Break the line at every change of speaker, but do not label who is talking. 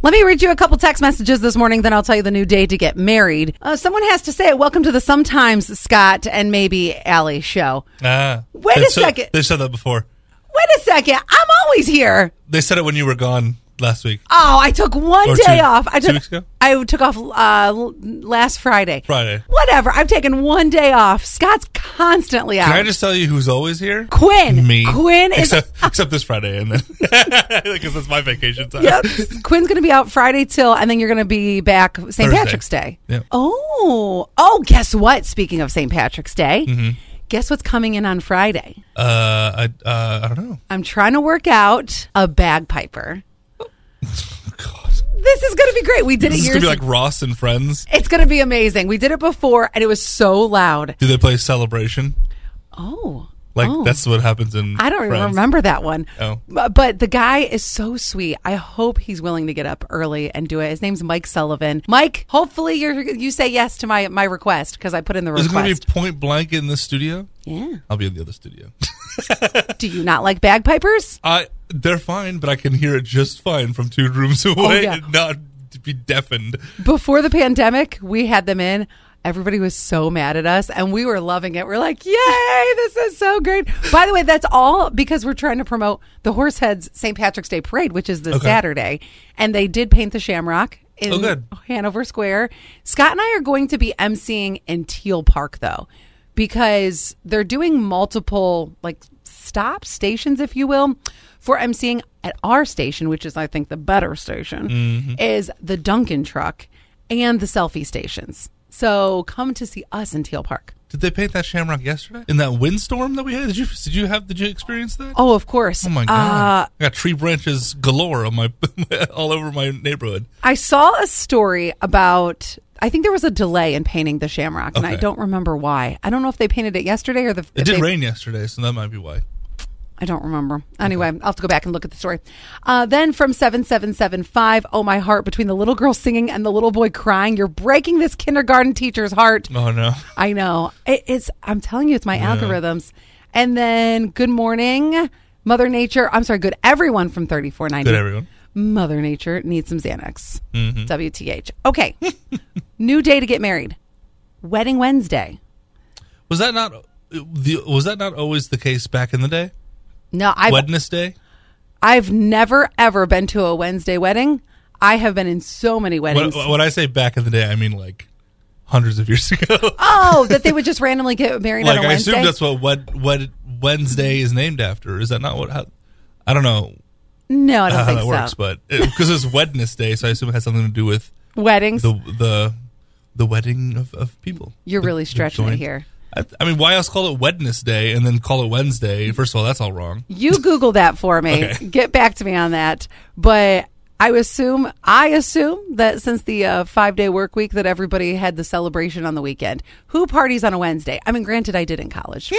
Let me read you a couple text messages this morning, then I'll tell you the new day to get married. Uh, someone has to say, Welcome to the Sometimes Scott and maybe Allie show.
Ah,
Wait a
They've said-
second.
They've said that before.
Wait a second. I'm always here.
They said it when you were gone last week.
Oh, I took one
Or
day
two-
off. I
two
took,
weeks ago?
I took off uh, l- last Friday.
Friday.
Whatever. I've taken one day off. Scott's constantly out.
Can I just tell you who's always here?
Quinn.
Me.
Quinn is
except, except this Friday, and then because it's my vacation time.
yep. Quinn's going to be out Friday till, and then you're going to be back St.
Thursday.
Patrick's Day.
Yep.
Oh, oh, guess what? Speaking of St. Patrick's Day,
Mm-hmm.
guess what's coming in on Friday?
Uh, I uh, I don't know.
I'm trying to work out a bagpiper.
Oh, God,
This is going to be great. We did it
this is
years.
gonna be like Ross and Friends.
it's going to be amazing. We did it before, and it was so loud.
Do they play Celebration?
Oh.
Like
oh.
that's what happens in.
I don't even
Friends.
remember that one.
Oh.
Bu- But the guy is so sweet. I hope he's willing to get up early and do it. His name's Mike Sullivan. Mike, hopefully you you say yes to my my request because I put in the
Is it gonna be
request.
point blank in this studio?
yeah.
I'll be in the other studio.
Do you not like bagpipers?
I they're fine, but I can hear it just fine from two rooms away,
Oh, yeah.
and not be deafened.
Before the pandemic, we had them in. Everybody was so mad at us and we were loving it. We're like, yay, this is so great. By the way, that's all because we're trying to promote the Horseheads St. Patrick's Day Parade, which is this
Okay.
Saturday. And they did paint the shamrock in
Oh, good.
Hanover Square. Scott and I are going to be emceeing in Teal Park though, because they're doing multiple like stop stations, if you will, for emceeing at our station, which is I think the better station,
Mm-hmm.
is the Duncan truck and the selfie stations. So come to see us in Teal Park.
Did they paint that shamrock yesterday in that windstorm that we had? Did you did you have did you experience that?
Oh, of course.
Oh my god!
Uh,
I got tree branches galore on my all over my neighborhood.
I saw a story about. I think there was a delay in painting the Shamrock, and I
Okay.
don't remember why. I don't know if they painted it yesterday or the.
It did
they-
rain yesterday, so that might be why.
I don't remember. Anyway, I'll have to go back and look at the story. Uh, then from 7775, oh, my heart, between the little girl singing and the little boy crying, you're breaking this kindergarten teacher's heart.
Oh no!
I know. It, it's, I'm telling you, it's my algorithms. And then good morning, Mother Nature. I'm sorry, good everyone from 3490.
Good everyone.
Mother Nature needs some Xanax. WTH. Okay. New day to get married. Wedding Wednesday.
Was that not the was that not always the case back in the day?
No, I've
Wednesday.
I've never ever been to a Wednesday wedding. I have been in so many
When,
weddings.
when I say back in the day, I mean like hundreds of years ago.
Oh, that they would just randomly get married
like
on a
I
Wednesday.
assume that's what Wed, Wed, Wednesday is named after. Is that not what? How, I don't know
no, I don't
how
think
that
so.
works, but because it's Wednesday, so I assume it has something to do with
Weddings.
the the the wedding of, of people.
You're really
The- the
stretching it
joint-
here.
I, I mean, why else call it Wednesday and then call it Wednesday? First of all, that's all wrong.
you Google that for me.
Okay.
Get back to me on that. But I assume I assume that since the uh, five day work week that everybody had the celebration on the weekend. Who parties on a Wednesday? I mean, granted, I did in college.